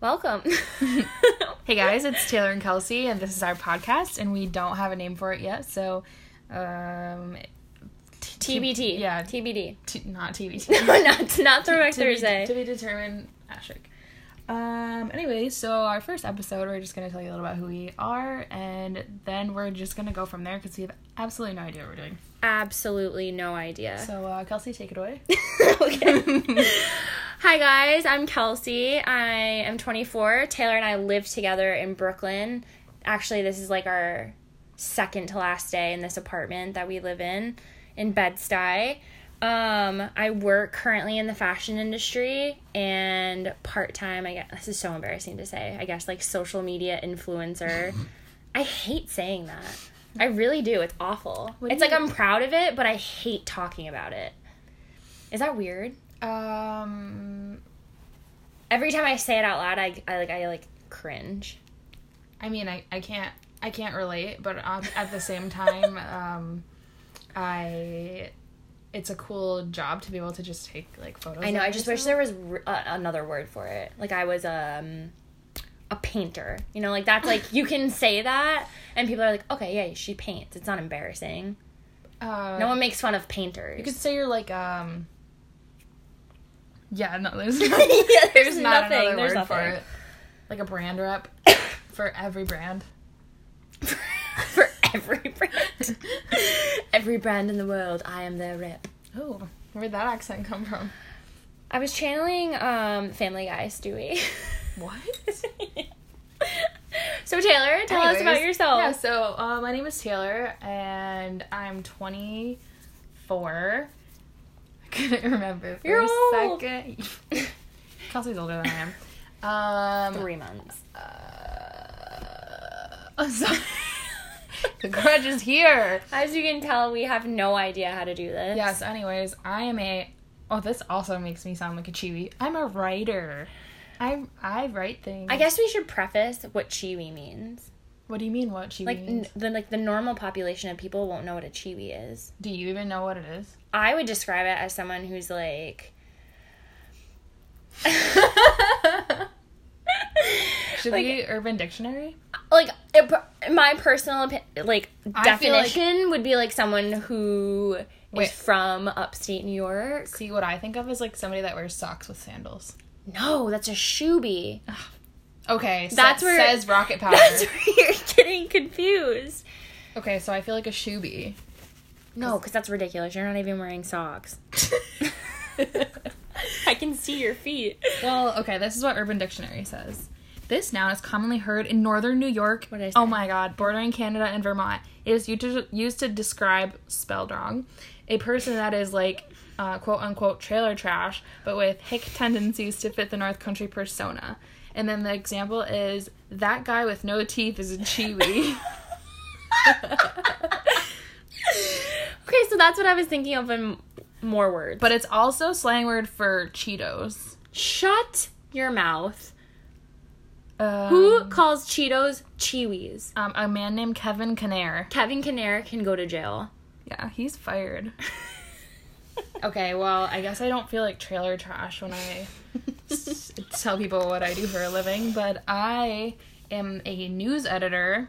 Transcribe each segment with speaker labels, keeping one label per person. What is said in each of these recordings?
Speaker 1: Welcome.
Speaker 2: Hey guys, it's Taylor and Kelsey, and this is our podcast, and we don't have a name for it yet, so um, t-
Speaker 1: TBT.
Speaker 2: Yeah.
Speaker 1: TBD.
Speaker 2: t- not TBT.
Speaker 1: No, not not Throwback
Speaker 2: To be-
Speaker 1: Thursday.
Speaker 2: to be determined. Ashik. Um. Anyway, so our first episode, we're just gonna tell you a little about who we are, and then we're just gonna go from there because we have absolutely no idea what we're doing.
Speaker 1: Absolutely no idea.
Speaker 2: So, uh, Kelsey, take it away.
Speaker 1: okay. Hi guys, I'm Kelsey. I am 24. Taylor and I live together in Brooklyn. Actually, this is like our second to last day in this apartment that we live in in Bed-Stuy. Um, I work currently in the fashion industry and part-time, I guess this is so embarrassing to say. I guess like social media influencer. I hate saying that. I really do. It's awful.
Speaker 2: What do
Speaker 1: it's like
Speaker 2: you-
Speaker 1: I'm proud of it, but I hate talking about it. Is that weird?
Speaker 2: um.
Speaker 1: Every time I say it out loud, I, I like I like cringe.
Speaker 2: I mean, I, I can't I can't relate, but um, at the same time, um, I it's a cool job to be able to just take like photos.
Speaker 1: I know.
Speaker 2: of
Speaker 1: I just wish
Speaker 2: yourself.
Speaker 1: there was r- uh, another word for it. Like I was um a painter. You know, like that's like you can say that, and people are like, okay, yeah, she paints. It's not embarrassing.
Speaker 2: uh,
Speaker 1: No one makes fun of painters.
Speaker 2: You could say you're like um. Yeah, no, there's
Speaker 1: Yeah,
Speaker 2: there's
Speaker 1: there's
Speaker 2: not
Speaker 1: nothing,
Speaker 2: another
Speaker 1: there's
Speaker 2: word for
Speaker 1: nothing.
Speaker 2: it. Like a brand rep for every brand.
Speaker 1: for every brand, every brand in the world, I am their rep.
Speaker 2: Oh, where'd that accent come from?
Speaker 1: I was channeling um Family Guy Stewie.
Speaker 2: What?
Speaker 1: so Taylor, tell us about
Speaker 2: Anyways,
Speaker 1: yourself.
Speaker 2: Yeah, so uh, my name is Taylor, and I'm 24. I couldn't remember for
Speaker 1: You're
Speaker 2: a
Speaker 1: old.
Speaker 2: second. Kelsey's older than I am. Um,
Speaker 1: Three months.
Speaker 2: uh, oh, sorry. the grudge is here.
Speaker 1: As you can tell, we have no idea how to do this.
Speaker 2: Yes, anyways, I am a. Oh, this also makes me sound like a chibi. I'm a writer. I I write things.
Speaker 1: I guess we should preface what chiwi means.
Speaker 2: What do you mean? What chibi?
Speaker 1: Like
Speaker 2: means?
Speaker 1: n- the like the normal population of people won't know what a chiwi is.
Speaker 2: do you even know what it is?
Speaker 1: I would describe it as someone who's like
Speaker 2: Should
Speaker 1: Like-
Speaker 2: we Urban Dictionary?
Speaker 1: like it, pro- my personal opi- like
Speaker 2: I feel like-
Speaker 1: definition would be like someone who is
Speaker 2: Wait.
Speaker 1: from upstate New York.
Speaker 2: See what I think of is like somebody that wears socks with sandals.
Speaker 1: No, that's a shoebie.
Speaker 2: Okay, so
Speaker 1: That's
Speaker 2: it
Speaker 1: where-
Speaker 2: says rocket power.
Speaker 1: That's where you're getting confused.
Speaker 2: Okay, so I feel like a shoebie.
Speaker 1: No, because that's ridiculous. You're not even wearing socks. I can see your feet.
Speaker 2: well, okay, this is what Urban Dictionary says. This noun is commonly heard in northern New York.
Speaker 1: What did I say?
Speaker 2: Oh my god, bordering Canada and Vermont. It is used to, used to describe, spelled wrong, a person that is like uh, quote unquote trailer trash, but with hick tendencies to fit the North Country persona. And then the example is that guy with no teeth is a chiwi.
Speaker 1: Okay, so that's what I was thinking of in more words.
Speaker 2: but it's also slang word for Cheetos.
Speaker 1: shut your mouth.
Speaker 2: Um,
Speaker 1: Who calls Cheetos Chiwis?
Speaker 2: Um, a man named Kevin Kinnair.
Speaker 1: Kevin Kinnair can go to jail.
Speaker 2: Yeah, he's fired. okay, well, I guess I don't feel like trailer trash when I s- tell people what I do for a living, but I am a news editor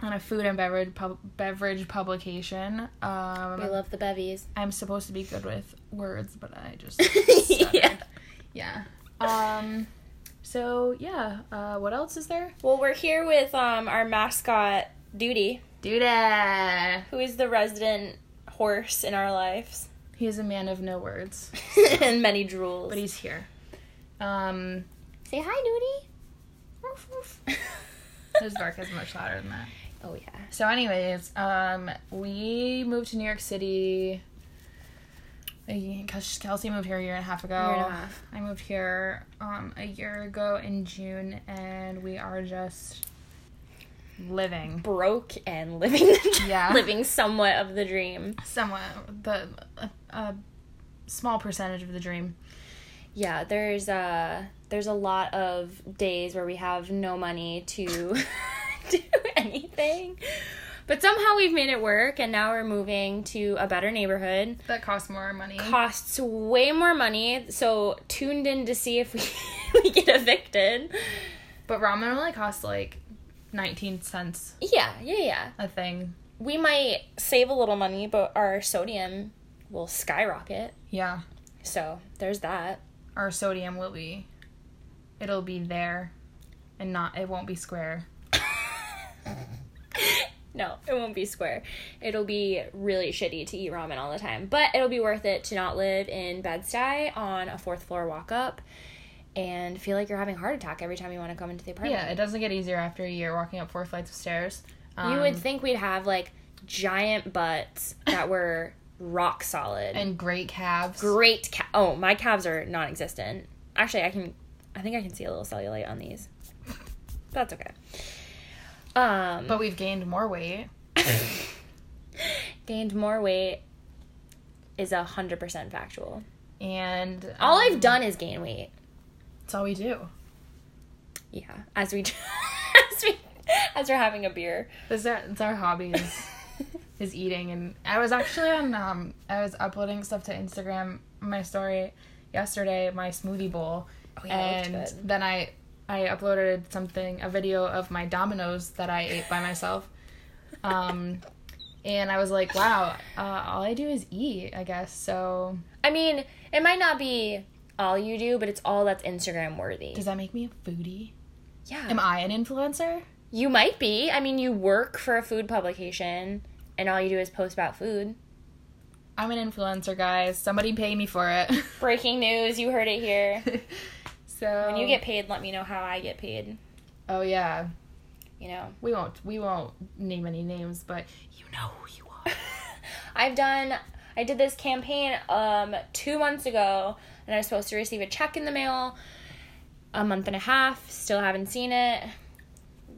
Speaker 2: on a food and beverage pub- beverage publication.
Speaker 1: We
Speaker 2: Um,
Speaker 1: love the bevies.
Speaker 2: I'm supposed to be good with words, but I just
Speaker 1: yeah.
Speaker 2: yeah. Um, so yeah, uh, what else is there?
Speaker 1: Well, we're here with um, our mascot, Duty,
Speaker 2: Do that.
Speaker 1: who is the resident horse in our lives
Speaker 2: He is a man of no words,
Speaker 1: and many drools.
Speaker 2: but he's here. Um,
Speaker 1: Say hi, Duty.
Speaker 2: his bark is much louder than that.
Speaker 1: oh, yeah.
Speaker 2: So, anyways, um, we moved to New York City. Because Kelsey moved here a year and a half ago.
Speaker 1: Year and a half.
Speaker 2: I moved here um, a year ago in June, and we are just living
Speaker 1: broke and living the
Speaker 2: Yeah.
Speaker 1: living somewhat of the dream.
Speaker 2: somewhat the a, a small percentage of the dream.
Speaker 1: Yeah, there's uh there's a lot of days where we have no money to do anything. But somehow we've made it work and now we're moving to a better neighborhood.
Speaker 2: That costs more money.
Speaker 1: Costs way more money, so tuned in to see if we we get evicted.
Speaker 2: But ramen only costs like 19 cents
Speaker 1: Yeah, yeah, yeah.
Speaker 2: a thing.
Speaker 1: We might save a little money, but our sodium will skyrocket.
Speaker 2: Yeah.
Speaker 1: So there's that.
Speaker 2: Our sodium will be, it'll be there and not, it won't be square.
Speaker 1: No, it won't be square. It'll be really shitty to eat ramen all the time, but it'll be worth it to not live in Bed-Stuy on a fourth floor walk up and feel like you're having a heart attack every time you want to come into the apartment.
Speaker 2: Yeah, it doesn't get easier after a year walking up four flights of stairs. Um,
Speaker 1: You would think we'd have like giant butts that were rock solid.
Speaker 2: and great calves.
Speaker 1: great ca- oh, my calves are non-existent. Actually, I can I think I can see a little cellulite on these. That's okay. Um
Speaker 2: but we've gained more weight.
Speaker 1: gained more weight is a 100% factual.
Speaker 2: And um,
Speaker 1: All I've done is gain weight.
Speaker 2: that's all we do.
Speaker 1: Yeah, as we as we as we're having a beer. Oh,
Speaker 2: That's our, that's uh, our hobby is, is eating. And I was actually on, um, I was uploading stuff to Instagram, my story yesterday, my smoothie bowl.
Speaker 1: yeah, that
Speaker 2: and
Speaker 1: looked good.
Speaker 2: then I, I uploaded something, a video of my Dominoes that I ate by myself. Um, and I was like, wow, uh, all I do is eat, I guess. So
Speaker 1: I mean, it might not be all you do, but it's all that's Instagram worthy.
Speaker 2: does that make me a foodie?
Speaker 1: Yeah.
Speaker 2: Am I an influencer?
Speaker 1: You might be. I mean, you work for a food publication and all you do is post about food.
Speaker 2: I'm an influencer, guys. Somebody pay me for it.
Speaker 1: Breaking news, you heard it here.
Speaker 2: so
Speaker 1: When you get paid, let me know how I get paid,
Speaker 2: oh yeah,
Speaker 1: you know.
Speaker 2: we won't we won't name any names, but you know who you are.
Speaker 1: I've done I did this campaign um 2 months ago and I was supposed to receive a check in the mail a month and a half, still haven't seen it.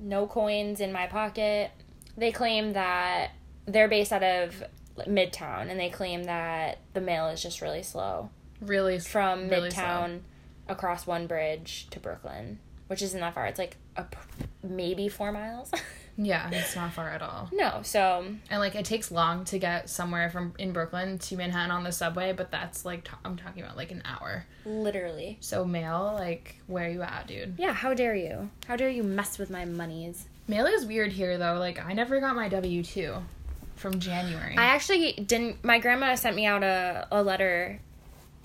Speaker 1: No coins in my pocket. They claim that they're based out of Midtown and they claim that the mail is just really slow.
Speaker 2: really
Speaker 1: from
Speaker 2: really
Speaker 1: Midtown across one bridge to Brooklyn, which isn't that far. It's like a, p- maybe four miles.
Speaker 2: slow. Yeah, it's not far at all.
Speaker 1: no, so
Speaker 2: And like it takes long to get somewhere from in Brooklyn to Manhattan on the subway, but that's like i I'm talking about like an hour.
Speaker 1: literally.
Speaker 2: So mail, like where you at, dude?
Speaker 1: Yeah, how dare you? How dare you mess with my monies?
Speaker 2: Mail is weird here though. Like I never got my W two from January.
Speaker 1: I actually didn't. My grandma sent me out a, a letter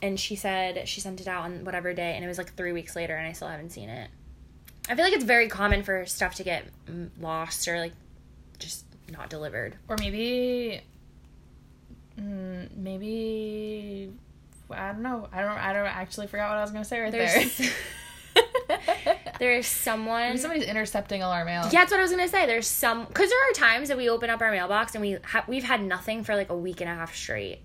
Speaker 1: and she said she sent it out on whatever day, and it was like three weeks later, and I still haven't seen it. I feel like it's very common for stuff to get mm, lost or like just not delivered.
Speaker 2: or maybe mm, maybe I don't know. I don't I don't I actually forgot what I was gonna say right
Speaker 1: There's-
Speaker 2: there.
Speaker 1: There's someone.
Speaker 2: Maybe somebody's intercepting all our mail.
Speaker 1: Yeah, that's what I was gonna say. There's some because there are times that we open up our mailbox and we ha- we've had nothing for like a week and a half straight.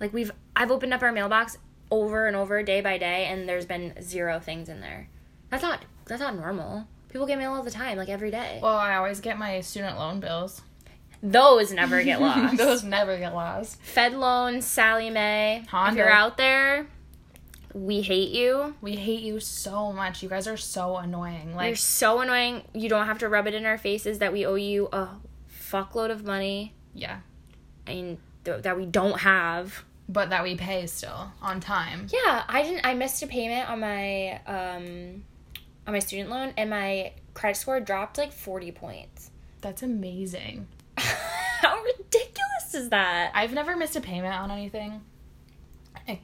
Speaker 1: Like we've I've opened up our mailbox over and over day by day, and there's been zero things in there. That's not that's not normal. People get mail all the time, like every day.
Speaker 2: Well, I always get my student loan bills.
Speaker 1: Those never get lost.
Speaker 2: Those never get lost.
Speaker 1: Fed loans, Sally Mae. If
Speaker 2: Honda.
Speaker 1: you're out there, we hate you.
Speaker 2: We hate you so much. You guys are so annoying.
Speaker 1: You're
Speaker 2: Like
Speaker 1: so annoying. You don't have to rub it in our faces that we owe you a fuckload of money.
Speaker 2: yeah,
Speaker 1: and th- that we don't have.
Speaker 2: but that we pay still on time.
Speaker 1: Yeah, I didn't. I missed a payment on my um, on my student loan, and my credit score dropped like forty points.
Speaker 2: That's amazing.
Speaker 1: How ridiculous is that?
Speaker 2: I've never missed a payment on anything.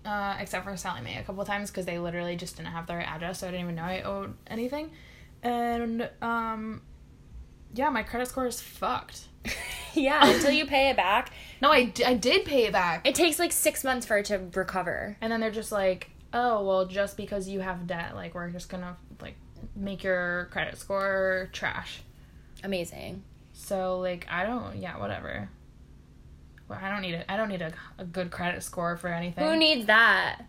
Speaker 2: Uh, except for Sally Mae a couple times because they literally just didn't have the right address, so I didn't even know I owed anything. And um, yeah, my credit score is fucked.
Speaker 1: yeah, until you pay it back,
Speaker 2: No, I, d- I did pay it back.
Speaker 1: it takes like six months for it to recover.
Speaker 2: And then they're just like, oh, well, just because you have debt, like, we're just gonna, like, make your credit score trash.
Speaker 1: Amazing.
Speaker 2: So, like, I don't, yeah, whatever. Well, I don't need it. I don't need a, a good credit score for anything.
Speaker 1: Who needs that?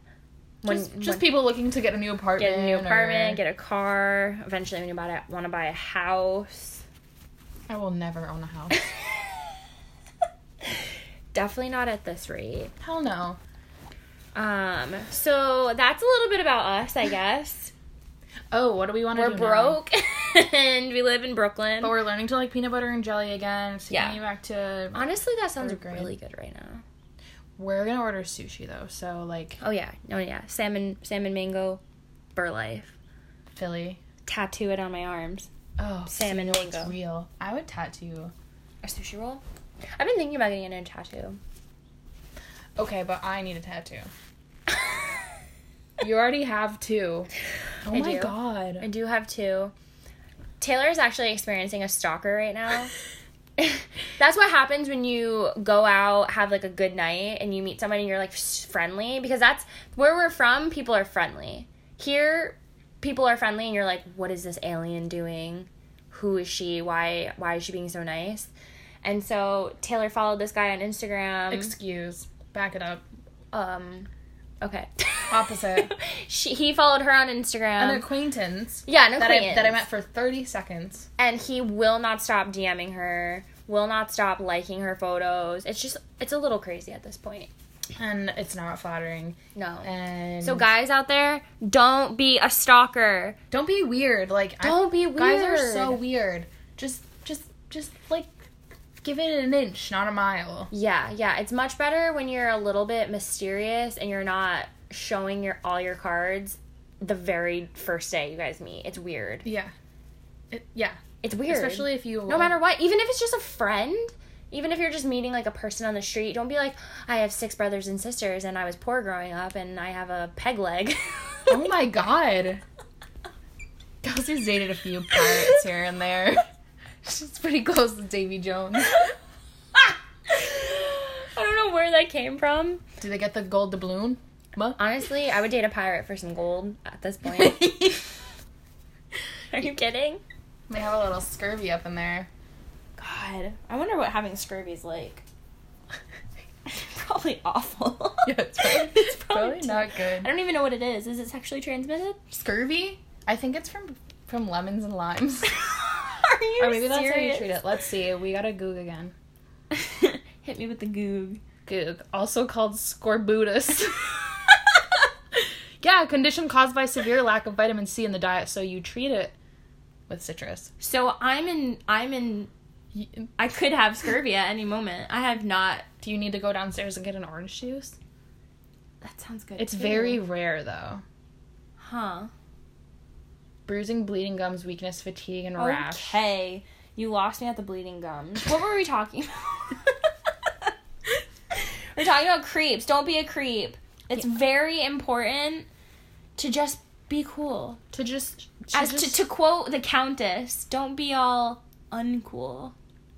Speaker 1: When,
Speaker 2: just,
Speaker 1: when
Speaker 2: just people looking to get a new apartment.
Speaker 1: get a new
Speaker 2: or-
Speaker 1: apartment, get a car. Eventually, when you buy it, want to buy a house.
Speaker 2: I will never own a house.
Speaker 1: Definitely not at this rate.
Speaker 2: Hell no.
Speaker 1: Um, so that's a little bit about us, I guess.
Speaker 2: Oh, what do we want to do?
Speaker 1: We're
Speaker 2: now?
Speaker 1: broke and we live in Brooklyn.
Speaker 2: But we're learning to like peanut butter and jelly again. It's
Speaker 1: Yeah.
Speaker 2: taking you back to.
Speaker 1: Honestly, that sounds
Speaker 2: We're great.
Speaker 1: really good right now.
Speaker 2: We're gonna order sushi though, so like
Speaker 1: Oh yeah, oh yeah, salmon, salmon mango Burlife.
Speaker 2: Philly.
Speaker 1: Tattoo it on my arms.
Speaker 2: Oh,
Speaker 1: Salmon
Speaker 2: so you know
Speaker 1: mango.
Speaker 2: It's real. I would tattoo.
Speaker 1: A sushi roll. I've been thinking about getting a tattoo.
Speaker 2: Okay, but I need a tattoo. You already have two. Oh
Speaker 1: I
Speaker 2: my
Speaker 1: do.
Speaker 2: god.
Speaker 1: I do have two. Taylor's actually experiencing a stalker right now. That's what happens when you go out, have like a good night, and you meet someone and you're like s- friendly because that's where we're from. People are friendly. Here, people are friendly, and you're like, what is this alien doing? Who is she? Why? Why is she being so nice? And so Taylor followed this guy on Instagram.
Speaker 2: Excuse. Back it up.
Speaker 1: um, okay.
Speaker 2: Opposite.
Speaker 1: she, he followed her on Instagram.
Speaker 2: An acquaintance
Speaker 1: Um, yeah, an
Speaker 2: that I that I
Speaker 1: acquaintance.
Speaker 2: met for thirty seconds.
Speaker 1: and he will not stop DMing her, will not stop liking her photos. It's just it's a little crazy at this point.
Speaker 2: And it's not flattering.
Speaker 1: No.
Speaker 2: And
Speaker 1: so guys out there, don't be a stalker.
Speaker 2: don't be weird. Like I-
Speaker 1: Don't be
Speaker 2: Guys are so
Speaker 1: weird.
Speaker 2: weird. Just just just like give it an inch, not a mile.
Speaker 1: Yeah, yeah, it's much better when you're a little bit mysterious and you're not showing your all your cards the very first day you guys meet. It's weird.
Speaker 2: Yeah. It, yeah.
Speaker 1: It's weird.
Speaker 2: Especially if you
Speaker 1: no matter what, even if it's just a friend, even if you're just meeting like a person on the street, don't be like, I have six brothers and sisters and I was poor growing up and I have a peg leg.
Speaker 2: Oh my god. Kelsey's dated a few pirates here and there. She's pretty close to Davy Jones.
Speaker 1: I don't know where that came from.
Speaker 2: Do they get the gold doubloon? What?
Speaker 1: Honestly, I would date a pirate for some gold at this point. Are you kidding?
Speaker 2: They have a little scurvy up in there.
Speaker 1: God, I wonder what having scurvy is like. probably awful.
Speaker 2: Yeah, it's probably-
Speaker 1: It's
Speaker 2: Probably not
Speaker 1: I
Speaker 2: good.
Speaker 1: don't even know what it is. Is it sexually transmitted?
Speaker 2: Scurvy? I think it's from from lemons and limes.
Speaker 1: Are you
Speaker 2: or maybe that's how you
Speaker 1: serious?
Speaker 2: treat it. Let's see. We got a goog again.
Speaker 1: Hit me with the goog.
Speaker 2: Goog, also called scorbutus. yeah, a condition caused by severe lack of vitamin C in the diet, so you treat it with citrus.
Speaker 1: so I'm in. I'm in.
Speaker 2: You-
Speaker 1: I could have scurvy at any moment. I have not.
Speaker 2: Do you need to go downstairs and get an orange juice?
Speaker 1: That sounds good.
Speaker 2: It's
Speaker 1: too.
Speaker 2: very rare though.
Speaker 1: Huh.
Speaker 2: Bruising, bleeding gums, weakness, fatigue, and rash.
Speaker 1: Okay. You lost me at the bleeding gums. What were we talking about? we're talking about creeps. Don't be a creep. It's very important to just be cool.
Speaker 2: To just to
Speaker 1: As
Speaker 2: just-
Speaker 1: to, to quote the Countess, don't be all uncool.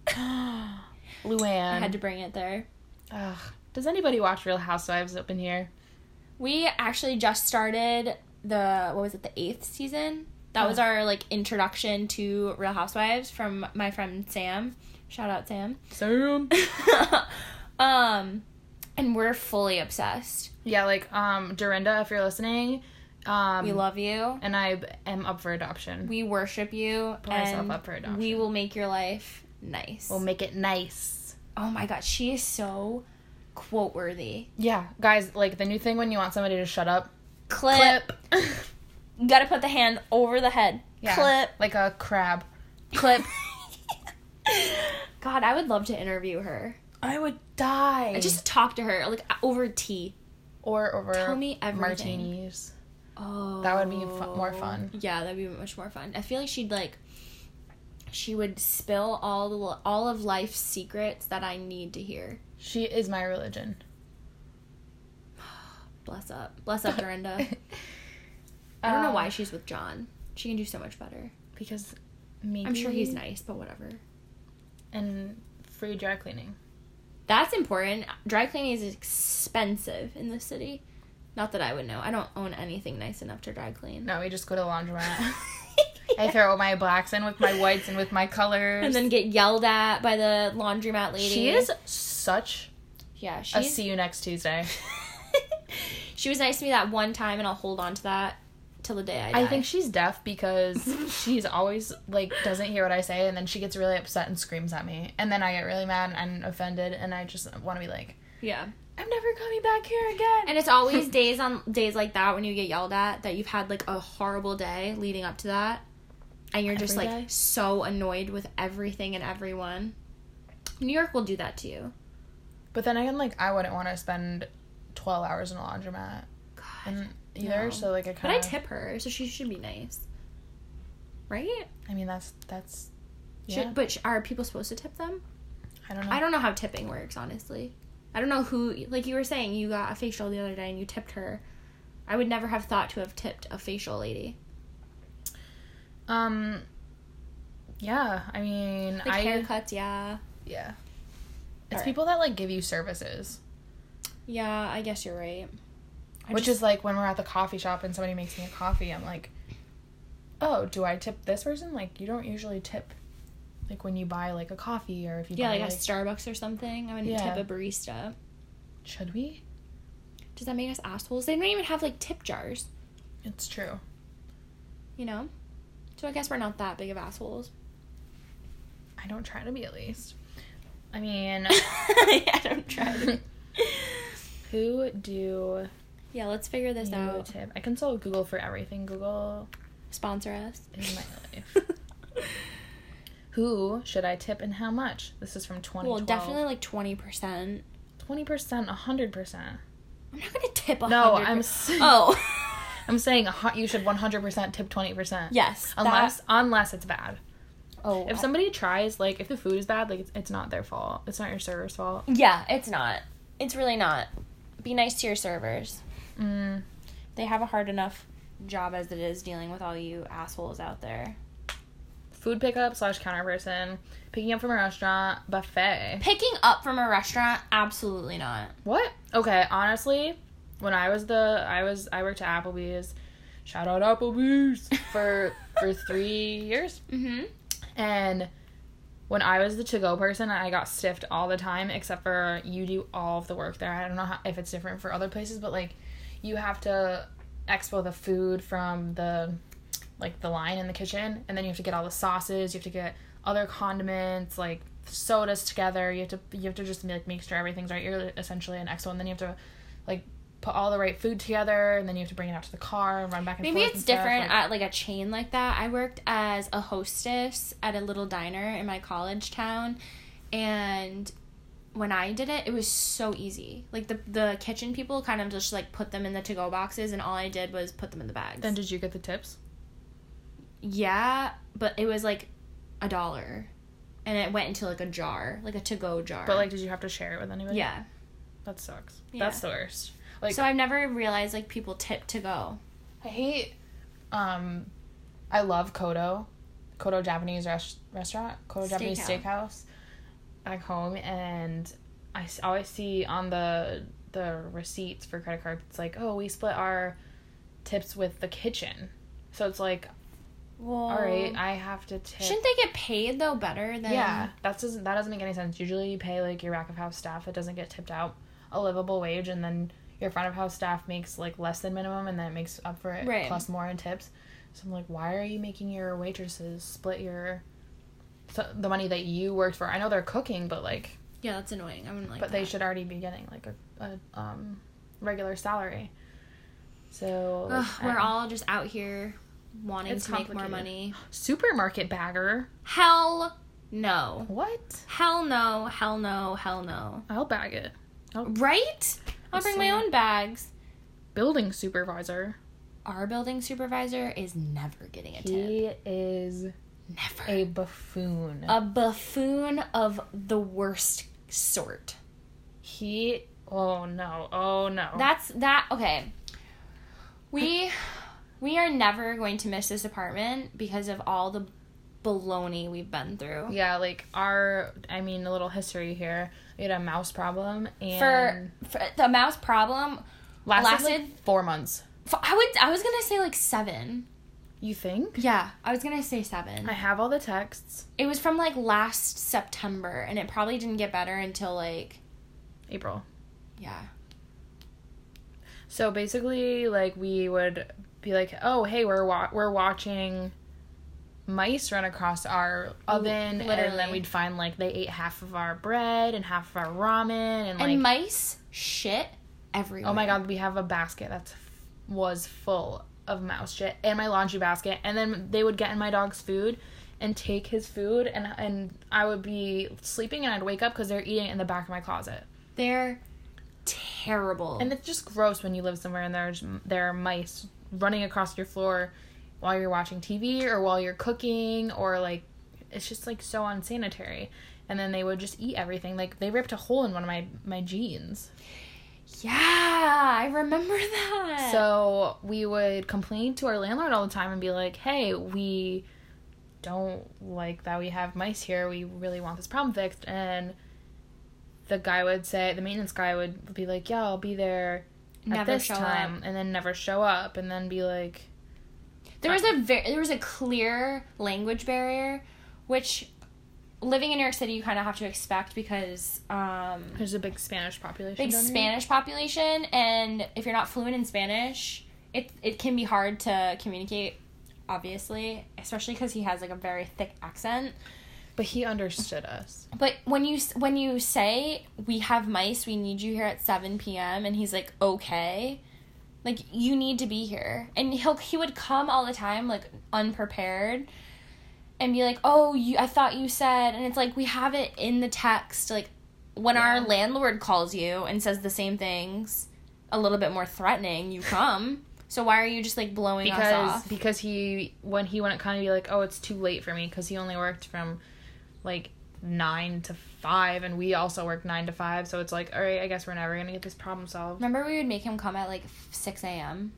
Speaker 1: I
Speaker 2: Luann.
Speaker 1: had to bring it there.
Speaker 2: Ugh. Does anybody watch Real Housewives up in here?
Speaker 1: We actually just started the what was it the eighth season. That was
Speaker 2: Oh.
Speaker 1: our like introduction to Real Housewives from my friend Sam. Shout out Sam.
Speaker 2: Soon.
Speaker 1: um, and we're fully obsessed.
Speaker 2: yeah, like um Dorinda, if you're listening, um
Speaker 1: We love you.
Speaker 2: and I am up for adoption.
Speaker 1: We worship you.
Speaker 2: Put myself
Speaker 1: and
Speaker 2: up for adoption.
Speaker 1: We will make your life nice.
Speaker 2: We'll make it nice.
Speaker 1: oh my god, she is so quote worthy.
Speaker 2: Yeah, guys, like the new thing when you want somebody to shut up.
Speaker 1: Clip. You Gotta put the hand over the head.
Speaker 2: yeah.
Speaker 1: Clip.
Speaker 2: Like a crab.
Speaker 1: Clip. god, I would love to interview her.
Speaker 2: I would die.
Speaker 1: I just to talk to her like over tea.
Speaker 2: or over
Speaker 1: Tell me everything.
Speaker 2: martinis.
Speaker 1: Oh,
Speaker 2: That would be fu- more fun.
Speaker 1: Yeah, that'd be much more fun. I feel like she'd like she would spill all the li- all of life's secrets that I need to hear.
Speaker 2: She is my religion.
Speaker 1: Bless up, bless up, Dorinda. I don't know
Speaker 2: Um,
Speaker 1: why she's with John. She can do so much better.
Speaker 2: Because maybe
Speaker 1: I'm sure he's nice, but whatever.
Speaker 2: and free dry cleaning.
Speaker 1: That's important. Dry cleaning is expensive in this city. Not that I would know. I don't own anything nice enough to dry clean.
Speaker 2: No, we just go to the laundromat. I throw my blacks in with my whites and with my colors.
Speaker 1: and then get yelled at by the laundromat lady.
Speaker 2: she is such
Speaker 1: Yeah,
Speaker 2: a
Speaker 1: she's.
Speaker 2: see you next Tuesday.
Speaker 1: she was nice to me that one time, and I'll hold on to that till the day I die.
Speaker 2: I think she's deaf because she's always like doesn't hear what I say and then she gets really upset and screams at me. And then I get really mad and offended and I just want to be like,
Speaker 1: yeah,
Speaker 2: I'm never coming back here again.
Speaker 1: and it's always days on days like that when you get yelled at that you've had like a horrible day leading up to that, and you're just
Speaker 2: Every
Speaker 1: like
Speaker 2: day?
Speaker 1: so annoyed with everything and everyone. New York will do that to you.
Speaker 2: But then again, like I wouldn't want to spend twelve hours in a laundromat.
Speaker 1: God.
Speaker 2: And either.
Speaker 1: No.
Speaker 2: So like I
Speaker 1: But
Speaker 2: kind
Speaker 1: I
Speaker 2: of.
Speaker 1: tip her, so she should be nice, right?
Speaker 2: I mean that's that's.
Speaker 1: Should-
Speaker 2: Yeah.
Speaker 1: but sh- are people supposed to tip them?
Speaker 2: I don't know.
Speaker 1: I don't know how tipping works, honestly. I don't know who, like you were saying, you got a facial the other day and you tipped her. I would never have thought to have tipped a facial lady.
Speaker 2: Um. Yeah, I mean,
Speaker 1: Like
Speaker 2: I
Speaker 1: haircuts, yeah.
Speaker 2: yeah. It's
Speaker 1: Alright.
Speaker 2: people that like give you services,
Speaker 1: Yeah, I guess you're right. I
Speaker 2: which
Speaker 1: just-
Speaker 2: is like when we're at the coffee shop and somebody makes me a coffee. I'm like, oh, do I tip this person? Like, you don't usually tip, like when you buy like a coffee or if you
Speaker 1: yeah,
Speaker 2: buy,
Speaker 1: like a Starbucks or something. I would
Speaker 2: Yeah.
Speaker 1: tip a barista.
Speaker 2: should we?
Speaker 1: Does that make us assholes? They don't even have like tip jars,
Speaker 2: It's true.
Speaker 1: you know. So I guess we're not that big of assholes.
Speaker 2: I don't try to be at least. I mean,
Speaker 1: I don't try. To.
Speaker 2: who do
Speaker 1: yeah, let's figure this
Speaker 2: you
Speaker 1: out.
Speaker 2: tip? I consult Google for everything. Google
Speaker 1: Sponsor us.
Speaker 2: is my life. Who should I tip and how much? This is from 2012.
Speaker 1: well, definitely like twenty percent.
Speaker 2: 20%, 100%.
Speaker 1: I'm not gonna tip a
Speaker 2: No,
Speaker 1: hundred
Speaker 2: I'm
Speaker 1: per-
Speaker 2: s-
Speaker 1: oh,
Speaker 2: I'm saying a hu- you should 100% tip 20%.
Speaker 1: yes.
Speaker 2: Unless
Speaker 1: that-
Speaker 2: unless it's bad.
Speaker 1: oh,
Speaker 2: If
Speaker 1: I-
Speaker 2: somebody tries like if the food is bad, like it's, it's not their fault. It's not your server's fault.
Speaker 1: yeah, it's not. It's really not. Be nice to your servers.
Speaker 2: Mm.
Speaker 1: They have a hard enough job as it is dealing with all you assholes out there.
Speaker 2: Food pickup slash counter person, picking up from a restaurant, buffet.
Speaker 1: Picking up from a restaurant, absolutely not.
Speaker 2: What? Okay, honestly, when I was the I was I worked at Applebee's. Shout out Applebee's for for 3 years.
Speaker 1: Mm-hmm.
Speaker 2: And when I was the to go person, I got stiffed all the time, except for you do all of the work there. I don't know how, if it's different for other places, but like you have to expo the food from the like the line in the kitchen, and then you have to get all the sauces. You have to get other condiments, like sodas together. You have to you have to just like make sure everything's right. You're essentially an expo, and then you have to like put all the right food together, and then you have to bring it out to the car and run back and
Speaker 1: Maybe
Speaker 2: forth.
Speaker 1: it's
Speaker 2: and stuff,
Speaker 1: different
Speaker 2: like-
Speaker 1: at like a chain like that. I worked as a hostess at a little diner in my college town and when I did it, it was so easy. Like the the kitchen people kind of just like put them in the to go boxes and all I did was put them in the bags.
Speaker 2: then did you get the tips?
Speaker 1: yeah, but it was like a dollar. And it went into like a jar, like a to go jar.
Speaker 2: But like, did you have to share it with anybody?
Speaker 1: Yeah.
Speaker 2: That sucks.
Speaker 1: Yeah.
Speaker 2: That's the worst. Like
Speaker 1: so I've never realized like people tip to go.
Speaker 2: I hate um I love Kodo. Kodo Japanese res- restaurant, Kodo Japanese
Speaker 1: Steakhouse.
Speaker 2: steakhouse back home and I s- always see on the the receipts for credit cards it's like, "Oh, we split our tips with the kitchen." So it's like,
Speaker 1: Well,
Speaker 2: "All right, I have to tip."
Speaker 1: shouldn't they get paid though better than
Speaker 2: yeah, that doesn't that doesn't make any sense. Usually, you pay like your back of house staff that doesn't get tipped out a livable wage, and then your front of house staff makes like less than minimum, and then it makes up for it
Speaker 1: Right.
Speaker 2: plus more in tips. So I'm like, why are you making your waitresses split your so the money that you worked for? I know they're cooking, but like,
Speaker 1: Yeah, that's annoying. I wouldn't like
Speaker 2: but they
Speaker 1: that.
Speaker 2: should already be getting like a, a um regular salary. So like,
Speaker 1: Ugh,
Speaker 2: I
Speaker 1: we're
Speaker 2: don't-
Speaker 1: all just out here wanting
Speaker 2: It's
Speaker 1: to make more
Speaker 2: complicated.
Speaker 1: money.
Speaker 2: supermarket bagger.
Speaker 1: Hell no.
Speaker 2: What?
Speaker 1: Hell no. Hell no. Hell no.
Speaker 2: I'll bag it.
Speaker 1: Right? I'll bring my
Speaker 2: Listen.
Speaker 1: own bags.
Speaker 2: Building supervisor.
Speaker 1: Our building supervisor is never getting a tip.
Speaker 2: He is
Speaker 1: Never.
Speaker 2: a buffoon.
Speaker 1: A buffoon of the worst sort.
Speaker 2: he. Oh no! Oh no!
Speaker 1: That's that. Okay. We we are never going to miss this apartment because of all the baloney we've been through.
Speaker 2: yeah, like our. I mean, a little history here. We had a mouse problem, and
Speaker 1: For, for the mouse problem,
Speaker 2: lasted, like,
Speaker 1: lasted-
Speaker 2: four months.
Speaker 1: F- I would. I was gonna say like seven.
Speaker 2: You think?
Speaker 1: Yeah, I was gonna say seven.
Speaker 2: I have all the texts.
Speaker 1: It was from like last September, and it probably didn't get better until like
Speaker 2: April.
Speaker 1: yeah.
Speaker 2: So basically, like we would be like, "Oh, hey, we're wa- we're watching mice run across our oven," and then
Speaker 1: literally.
Speaker 2: we'd find like they ate half of our bread and half of our ramen, and like
Speaker 1: and mice shit everywhere.
Speaker 2: Oh my god, we have a basket that's was full of mouse shit and my laundry basket, and then they would get in my dog's food and take his food, and and I would be sleeping and I'd wake up because they're eating in the back of my closet.
Speaker 1: They're terrible.
Speaker 2: And it's just gross when you live somewhere and there's there are mice running across your floor while you're watching TV or while you're cooking or like it's just like so unsanitary. And then they would just eat everything. Like they ripped a hole in one of my my jeans.
Speaker 1: yeah, I remember that.
Speaker 2: So we would complain to our landlord all the time and be like, "Hey, we don't like that we have mice here. We really want this problem fixed." And the guy would say, the maintenance guy would be like, "Yeah, I'll be there at
Speaker 1: Never
Speaker 2: this
Speaker 1: show
Speaker 2: time," and then never show up, and then be like,
Speaker 1: there was
Speaker 2: uh,
Speaker 1: a ver- there was a clear language barrier, which living in New York City you kind of have to expect because um,
Speaker 2: "There's a big Spanish population."
Speaker 1: big
Speaker 2: down here."
Speaker 1: Spanish population, and if you're not fluent in Spanish, it it can be hard to communicate. Obviously, especially because he has like a very thick accent.
Speaker 2: but he understood us.
Speaker 1: But when you s- when you say we have mice, we need you here at seven p.m. and he's like, okay, like you need to be here, and he'll he would come all the time like unprepared, and be like, oh, you I thought you said, and it's like we have it in the text. Like when our
Speaker 2: Yeah.
Speaker 1: landlord calls you and says the same things, a little bit more threatening, you come. So why are you just like blowing us
Speaker 2: because
Speaker 1: off?
Speaker 2: because he when he wouldn't come he'd be like oh it's too late for me because he only worked from like nine to five and we also work nine to five so it's like all right i guess we're never gonna get this problem solved
Speaker 1: Remember, we would make him come at like six a.m.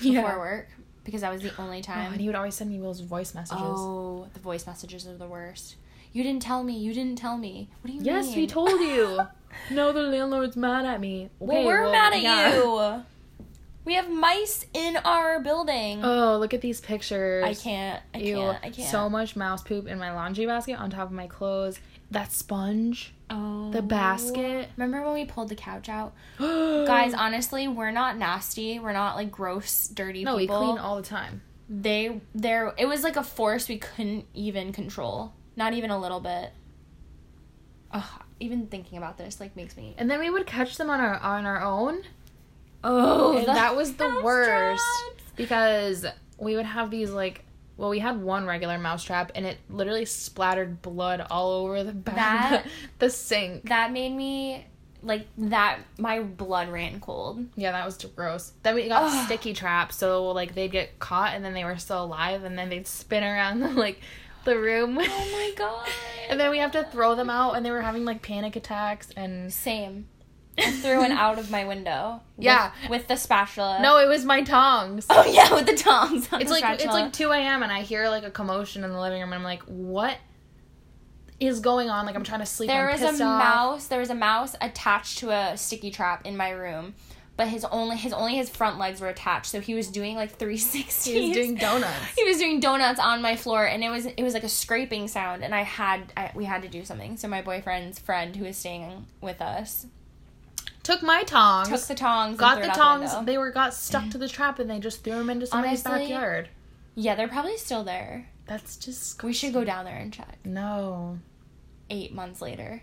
Speaker 2: yeah
Speaker 1: before work because that was the only
Speaker 2: Oh,
Speaker 1: time.
Speaker 2: and he would always send me Will's voice messages.
Speaker 1: Oh, the voice messages are the worst. You didn't tell me. You didn't tell me. What do you mean?
Speaker 2: Yes, we told you. no, the landlord's mad at me.
Speaker 1: well,
Speaker 2: Okay,
Speaker 1: we're mad at
Speaker 2: yeah.
Speaker 1: you. We have mice in our building.
Speaker 2: Oh, look at these pictures.
Speaker 1: I can't. I
Speaker 2: Ew,
Speaker 1: can't. I can't.
Speaker 2: So much mouse poop in my laundry basket on top of my clothes. That sponge,
Speaker 1: oh.
Speaker 2: the basket. Mm.
Speaker 1: Remember when we pulled the couch out?
Speaker 2: Guys,
Speaker 1: Guys, honestly, we're not nasty. We're not like gross, dirty
Speaker 2: no, we
Speaker 1: people.
Speaker 2: clean all the time.
Speaker 1: they there it was like a force we couldn't even control. Not even a little bit. Ugh, even thinking about this like makes me
Speaker 2: And then we would catch them on our on our own,
Speaker 1: Oh,
Speaker 2: and that was the worst because we would have these like well, we had one regular mousetrap, and it literally splattered blood all over the back
Speaker 1: That-
Speaker 2: the, the sink.
Speaker 1: That made me like that. My blood ran cold.
Speaker 2: Yeah, that was gross. Then we got
Speaker 1: Ugh.
Speaker 2: sticky traps, so like they'd get caught, and then they were still alive, and then they'd spin around the, like the room.
Speaker 1: Oh my god!
Speaker 2: And then we have to throw them out, and they were having like panic attacks, and
Speaker 1: Same. I threw one out of my window. with-
Speaker 2: Yeah.
Speaker 1: with, the spatula.
Speaker 2: no, it was my tongs.
Speaker 1: Oh yeah, with the tongs.
Speaker 2: It's like it's like 2 a.m. and I hear like a commotion in the living room and I'm like, what is going on? Like I'm trying to sleep.
Speaker 1: there
Speaker 2: I'm
Speaker 1: was a
Speaker 2: pissed off.
Speaker 1: mouse. There was a mouse attached to a sticky trap in my room, but his only his only his front legs were attached, so he was doing like three sixty.
Speaker 2: He was doing donuts.
Speaker 1: he was doing donuts on my floor and it was it was like a scraping sound and i had I, we had to do something so my boyfriend's friend who was staying with us
Speaker 2: Took my tongs.
Speaker 1: took the tongs and
Speaker 2: got
Speaker 1: threw
Speaker 2: the
Speaker 1: it out
Speaker 2: tongs.
Speaker 1: window.
Speaker 2: they were got stuck to the trap and they just threw them into somebody's
Speaker 1: Honestly-
Speaker 2: backyard.
Speaker 1: yeah they're probably still there
Speaker 2: That's just
Speaker 1: we should go down there and check
Speaker 2: no.
Speaker 1: eight months later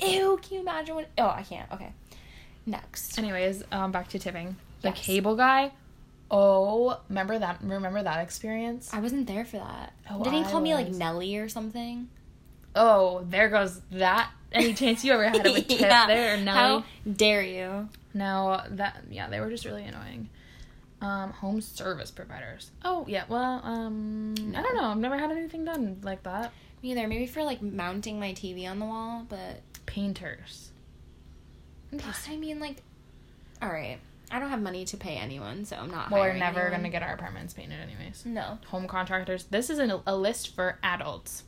Speaker 1: ew can you imagine what oh i can't okay next
Speaker 2: Anyways, um, back to tipping. The
Speaker 1: Yes.
Speaker 2: cable guy. Oh, remember that? Remember that experience?
Speaker 1: i wasn't there for that
Speaker 2: Oh,
Speaker 1: did he
Speaker 2: I
Speaker 1: call me like
Speaker 2: was.
Speaker 1: nelly or something
Speaker 2: Oh, there goes that. Any chance you ever had of a tip
Speaker 1: Yeah.
Speaker 2: there, Nelly?
Speaker 1: how dare you
Speaker 2: No, that yeah, they were just really annoying. Um, home service providers. Oh yeah, well, um, I don't know. I've never had anything done like that.
Speaker 1: me either maybe for like mounting my tv on the wall but
Speaker 2: Painters.
Speaker 1: I mean, like, all right. I don't have money to pay anyone, so I'm not.
Speaker 2: Well, we're
Speaker 1: hiring
Speaker 2: never
Speaker 1: anyone.
Speaker 2: gonna get our apartments painted anyways.
Speaker 1: No,
Speaker 2: Home contractors. This is an, a list for adults.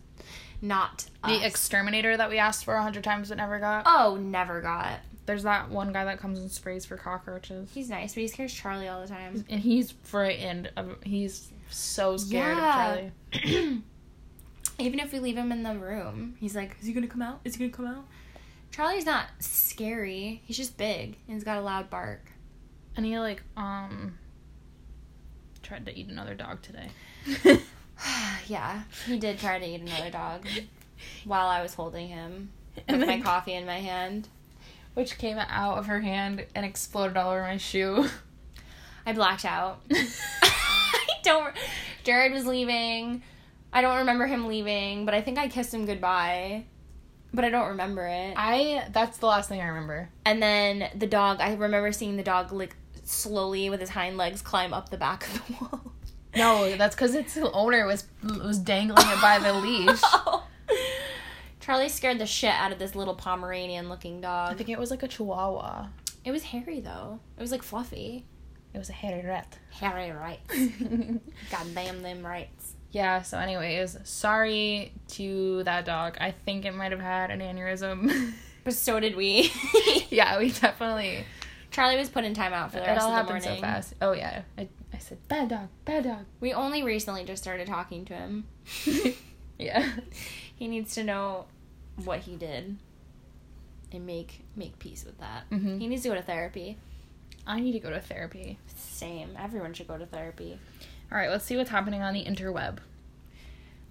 Speaker 1: not us.
Speaker 2: The exterminator that we asked for a hundred times but never got.
Speaker 1: oh, never got.
Speaker 2: There's that one guy that comes and sprays for cockroaches,
Speaker 1: He's nice, but he scares Charlie all the time.
Speaker 2: and he's frightened. Of, he's so scared
Speaker 1: Yeah.
Speaker 2: of Charlie.
Speaker 1: Even if we leave him in the room, he's like, "Is he gonna come out? Is he gonna come out?" Charlie's not scary. He's just big and he's got a loud bark.
Speaker 2: And he like um tried to eat another dog today.
Speaker 1: yeah, he did try to eat another dog while I was holding him with my coffee in my hand.
Speaker 2: which came out of her hand and exploded all over my shoe.
Speaker 1: I blacked out. I don't. Jared was leaving. I don't remember him leaving, but I think I kissed him goodbye. but I don't remember it.
Speaker 2: I that's the last thing I remember.
Speaker 1: And then the dog, I remember seeing the dog like slowly with his hind legs climb up the back of the wall.
Speaker 2: No, that's because its owner was was dangling it by the leash.
Speaker 1: Charlie scared the shit out of this little Pomeranian looking
Speaker 2: I
Speaker 1: dog.
Speaker 2: think it was like a Chihuahua.
Speaker 1: It was hairy though. It was like fluffy.
Speaker 2: It was a hairy rat.
Speaker 1: Hairy rights. Goddamn them rights.
Speaker 2: yeah. So, anyways, sorry to that dog. I think it might have had an aneurysm.
Speaker 1: But so did we.
Speaker 2: yeah, we definitely.
Speaker 1: Charlie was put in timeout for the
Speaker 2: It
Speaker 1: rest
Speaker 2: all
Speaker 1: of the
Speaker 2: happened
Speaker 1: morning.
Speaker 2: so fast. Oh yeah. I I said bad dog, bad dog.
Speaker 1: We only recently just started talking to him.
Speaker 2: Yeah.
Speaker 1: He needs to know what he did and make make peace with that.
Speaker 2: Mhm.
Speaker 1: He needs to go to therapy.
Speaker 2: I need to go to therapy.
Speaker 1: Same. Everyone should go to therapy.
Speaker 2: All right, let's see what's happening on the interweb.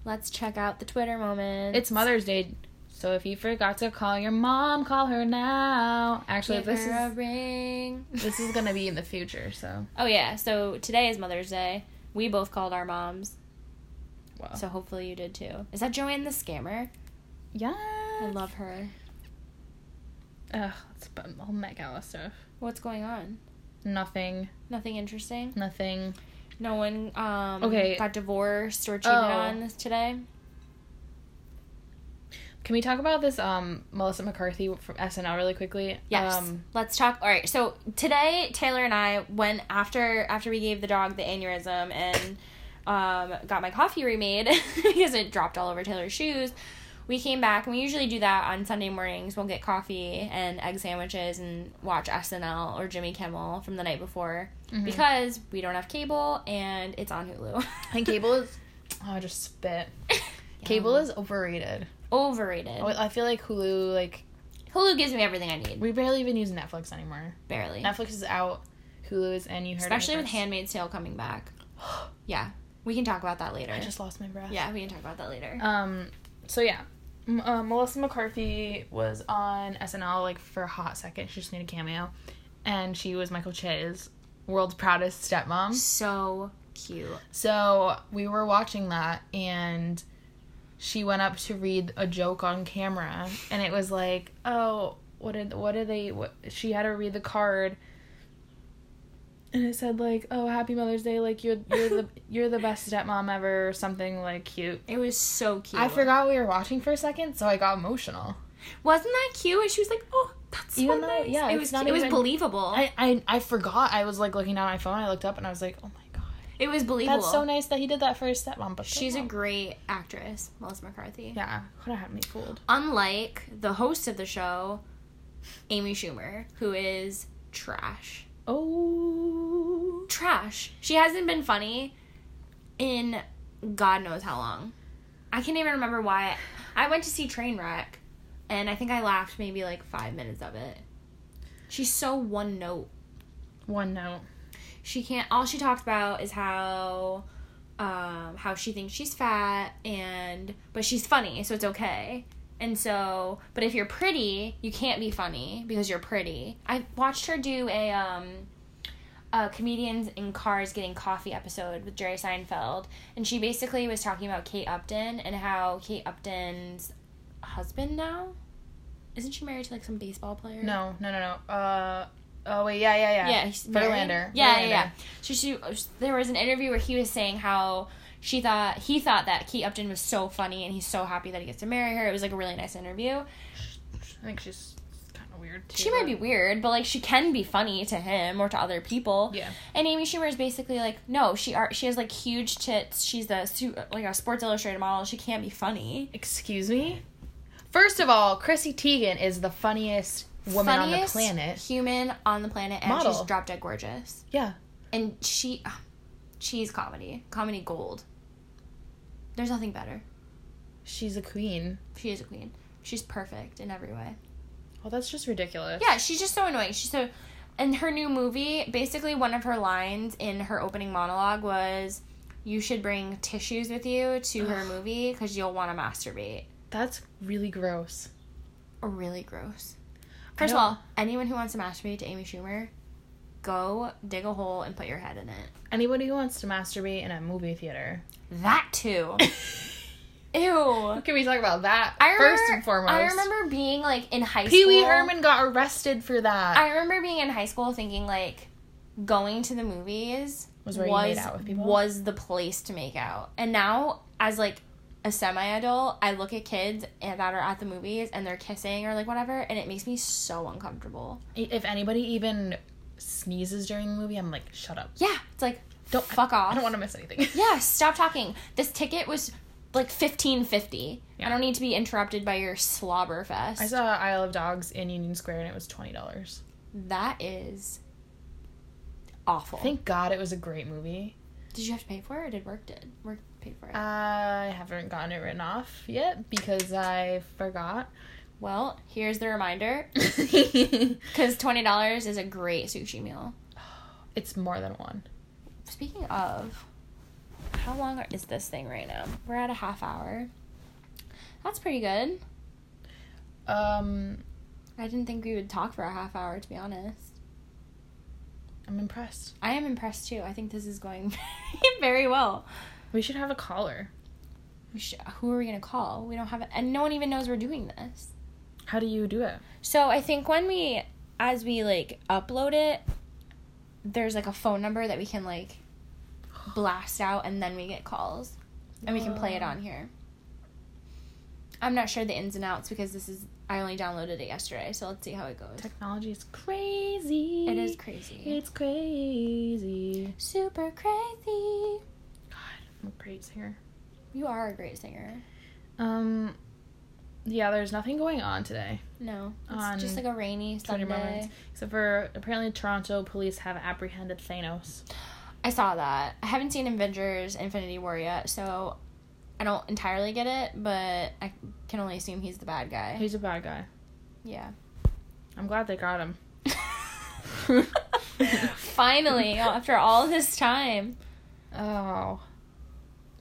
Speaker 1: Let's check out the Twitter moment.
Speaker 2: It's Mother's Day, so if you forgot to call your mom, call her now. Actually,
Speaker 1: Give
Speaker 2: this
Speaker 1: her
Speaker 2: is
Speaker 1: a ring.
Speaker 2: this is gonna be in the future, so
Speaker 1: Oh yeah. So today is Mother's Day. We both called our moms,
Speaker 2: well.
Speaker 1: so hopefully you did too. Is that Joanne the scammer?
Speaker 2: yeah,
Speaker 1: I love her.
Speaker 2: Ugh, it's bum- all Met Gala stuff.
Speaker 1: What's going on?
Speaker 2: Nothing,
Speaker 1: Nothing interesting.
Speaker 2: nothing.
Speaker 1: No one um
Speaker 2: Okay.
Speaker 1: got divorced or cheated
Speaker 2: Oh.
Speaker 1: on today.
Speaker 2: Can we talk about this um Melissa McCarthy from SNL really quickly?
Speaker 1: Yes.
Speaker 2: Um,
Speaker 1: Let's talk. All right. So today, Taylor and I went after after we gave the dog the aneurysm and um, got my coffee remade because it dropped all over Taylor's shoes. We came back and we usually do that on Sunday mornings. We'll get coffee and egg sandwiches and watch SNL or Jimmy Kimmel from the night before
Speaker 2: Mm-hmm. mhm.
Speaker 1: because we don't have cable and it's on Hulu.
Speaker 2: and cable is. Oh, I just spit. Cable is overrated.
Speaker 1: overrated.
Speaker 2: Oh, I feel like Hulu, like
Speaker 1: Hulu gives me everything I need,
Speaker 2: we barely even use Netflix anymore.
Speaker 1: barely.
Speaker 2: Netflix is out. Hulu is in. You heard it
Speaker 1: Especially with
Speaker 2: first.
Speaker 1: Handmaid's Tale coming back. Yeah. We can talk about that later.
Speaker 2: I just lost my breath.
Speaker 1: Yeah, we can talk about that later.
Speaker 2: Um. So yeah, M- uh, Melissa McCarthy was on SNL like for a hot second. She just made a cameo, and she was Michael Che's world's proudest stepmom.
Speaker 1: so cute.
Speaker 2: So we were watching that, and she went up to read a joke on camera, and it was like, oh, what did what did they? What she had to read the card. And it said like, "Oh, Happy Mother's Day! Like you're you're the you're the best stepmom ever," or something like cute.
Speaker 1: It was so cute.
Speaker 2: I forgot we were watching for a second, so I got emotional.
Speaker 1: Wasn't that cute? And she was like, "Oh, that's so
Speaker 2: Even though-
Speaker 1: nice."
Speaker 2: yeah,
Speaker 1: it
Speaker 2: it's
Speaker 1: was.
Speaker 2: not
Speaker 1: it was
Speaker 2: even-
Speaker 1: believable.
Speaker 2: I, I I forgot. I was like looking down at my phone. I looked up and I was like, oh my god,
Speaker 1: it was believable.
Speaker 2: that's so nice that he did that for his stepmom. But
Speaker 1: She's a
Speaker 2: stepmom-
Speaker 1: great actress, Melissa McCarthy.
Speaker 2: yeah. Could have had me fooled.
Speaker 1: Unlike the host of the show, Amy Schumer, who is trash.
Speaker 2: Oh.
Speaker 1: Trash. She hasn't been funny in God knows how long. I can't even remember why. I went to see Trainwreck, and I think I laughed maybe like five minutes of it. She's so one note.
Speaker 2: One note.
Speaker 1: she can't all she talks about is how um how she thinks she's fat and but she's funny so it's okay and so but if you're pretty you can't be funny because you're pretty i watched her do a um a comedians in cars getting coffee episode with jerry seinfeld and she basically was talking about kate upton and how kate upton's husband now isn't she married to like some baseball player
Speaker 2: No, no, no, no. Uh. Oh wait, yeah, yeah, yeah.
Speaker 1: yeah, he's
Speaker 2: Verlander.
Speaker 1: married. Yeah, yeah,
Speaker 2: Verlander.
Speaker 1: yeah. So she, there was an interview where he was saying how she thought he thought that Kate Upton was so funny, and he's so happy that he gets to marry her. It was like a really nice interview.
Speaker 2: I think she's kind of weird. Too,
Speaker 1: She might be weird, but like she can be funny to him or to other people.
Speaker 2: Yeah.
Speaker 1: And Amy Schumer is basically like, no, she are she has like huge tits. She's a su- like a Sports Illustrated model. She can't be funny.
Speaker 2: Excuse me. First of all, Chrissy Teigen is the funniest woman on the
Speaker 1: Funniest
Speaker 2: planet.
Speaker 1: human on the planet, and she's
Speaker 2: Model.
Speaker 1: drop dead gorgeous.
Speaker 2: Yeah.
Speaker 1: And she, ugh, she's comedy, comedy gold. There's nothing better.
Speaker 2: She's a queen.
Speaker 1: She is a queen. She's perfect in every way.
Speaker 2: Well, Oh, that's just ridiculous.
Speaker 1: Yeah, she's just so annoying. She's so. In her new movie, basically one of her lines in her opening monologue was, "You should bring tissues with you to her movie because you'll want to masturbate."
Speaker 2: That's really gross.
Speaker 1: Really gross. First of
Speaker 2: don't-
Speaker 1: all, anyone who wants to masturbate to Amy Schumer, go dig a hole and put your head in it.
Speaker 2: Anybody who wants to masturbate in a movie theater.
Speaker 1: That too. Ew.
Speaker 2: Can we talk about that
Speaker 1: I remember,
Speaker 2: first and foremost?
Speaker 1: I remember being like in high
Speaker 2: Pee
Speaker 1: school.
Speaker 2: Wee Herman got arrested for that.
Speaker 1: I remember being in high school thinking like going to the movies
Speaker 2: Was where you made out with people?
Speaker 1: was the place to make out. And now as like a semi adult, I look at kids and- that are at the movies and they're kissing or like whatever, and it makes me so uncomfortable.
Speaker 2: if anybody even sneezes during the movie, I'm like, shut up.
Speaker 1: Yeah, it's like
Speaker 2: Don't
Speaker 1: fuck off.
Speaker 2: I don't want to miss anything.
Speaker 1: yeah, stop talking. This ticket was like fifteen fifty.
Speaker 2: Yeah.
Speaker 1: I don't need to be interrupted by your slobber fest.
Speaker 2: I saw Isle of Dogs in Union Square and it was twenty dollars.
Speaker 1: that is awful.
Speaker 2: Thank God it was a great movie.
Speaker 1: did you have to pay for it? Or did work did work pay for it?
Speaker 2: I haven't gotten it written off yet because I forgot.
Speaker 1: well, here's the reminder.
Speaker 2: it's
Speaker 1: Because twenty dollars is a great sushi meal.
Speaker 2: more than one.
Speaker 1: Speaking of, how long are- is this thing right now? We're at a half hour. That's pretty good.
Speaker 2: Um,
Speaker 1: I didn't think we would talk for a half hour, to be honest.
Speaker 2: I'm impressed.
Speaker 1: I am impressed too. I think this is going very well.
Speaker 2: We should have a caller.
Speaker 1: We sh who are we gonna call? We don't have, and no one even knows we're doing this.
Speaker 2: How do you do it?
Speaker 1: So I think when we, as we like upload it, there's like a phone number that we can like blast out, and then we get calls, and we can play it
Speaker 2: Whoa.
Speaker 1: on here. I'm not sure the ins and outs because this is I only downloaded it yesterday, so let's see how it goes.
Speaker 2: Technology is crazy.
Speaker 1: It is crazy,
Speaker 2: It's crazy.
Speaker 1: super crazy.
Speaker 2: God, I'm a great singer.
Speaker 1: You are a great singer.
Speaker 2: Um, yeah, there's nothing going on today.
Speaker 1: No, it's
Speaker 2: On
Speaker 1: just like a rainy
Speaker 2: Twenty
Speaker 1: Sunday.
Speaker 2: moments, except for apparently Toronto police have apprehended Thanos.
Speaker 1: I saw that. I haven't seen Avengers Infinity War yet, so I don't entirely get it, but I can only assume he's the bad guy.
Speaker 2: He's a bad guy.
Speaker 1: Yeah.
Speaker 2: I'm glad they got him.
Speaker 1: Finally, after all this time.
Speaker 2: Oh.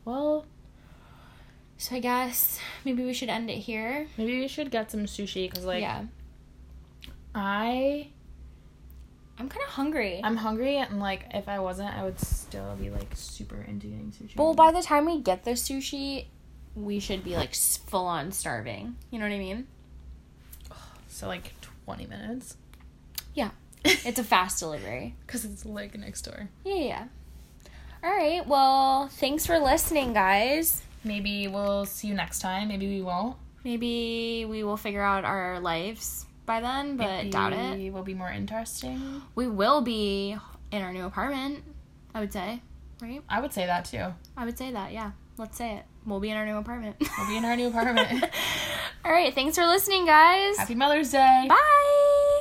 Speaker 2: Well,
Speaker 1: So I guess maybe we should end it here.
Speaker 2: maybe we should get some sushi because like
Speaker 1: yeah.
Speaker 2: I
Speaker 1: I'm kind of hungry.
Speaker 2: I'm hungry and like if I wasn't I would still be like super into getting sushi.
Speaker 1: well, by the time we get the sushi, we should be like full on starving. You know what I mean?
Speaker 2: so like 20 minutes.
Speaker 1: Yeah. It's a fast delivery.
Speaker 2: because it's like next door.
Speaker 1: Yeah, yeah. All right. Well, thanks for listening, guys.
Speaker 2: Maybe we'll see you next time. Maybe we won't.
Speaker 1: Maybe we will figure out our lives by then, but
Speaker 2: Maybe
Speaker 1: doubt it.
Speaker 2: Will be more interesting.
Speaker 1: We will be in our new apartment, I would say. Right?
Speaker 2: I would say that too.
Speaker 1: I would say that, yeah. Let's say it. We'll be in our new apartment.
Speaker 2: We'll be in our new apartment.
Speaker 1: All right, thanks for listening, guys.
Speaker 2: Happy Mother's Day.
Speaker 1: Bye.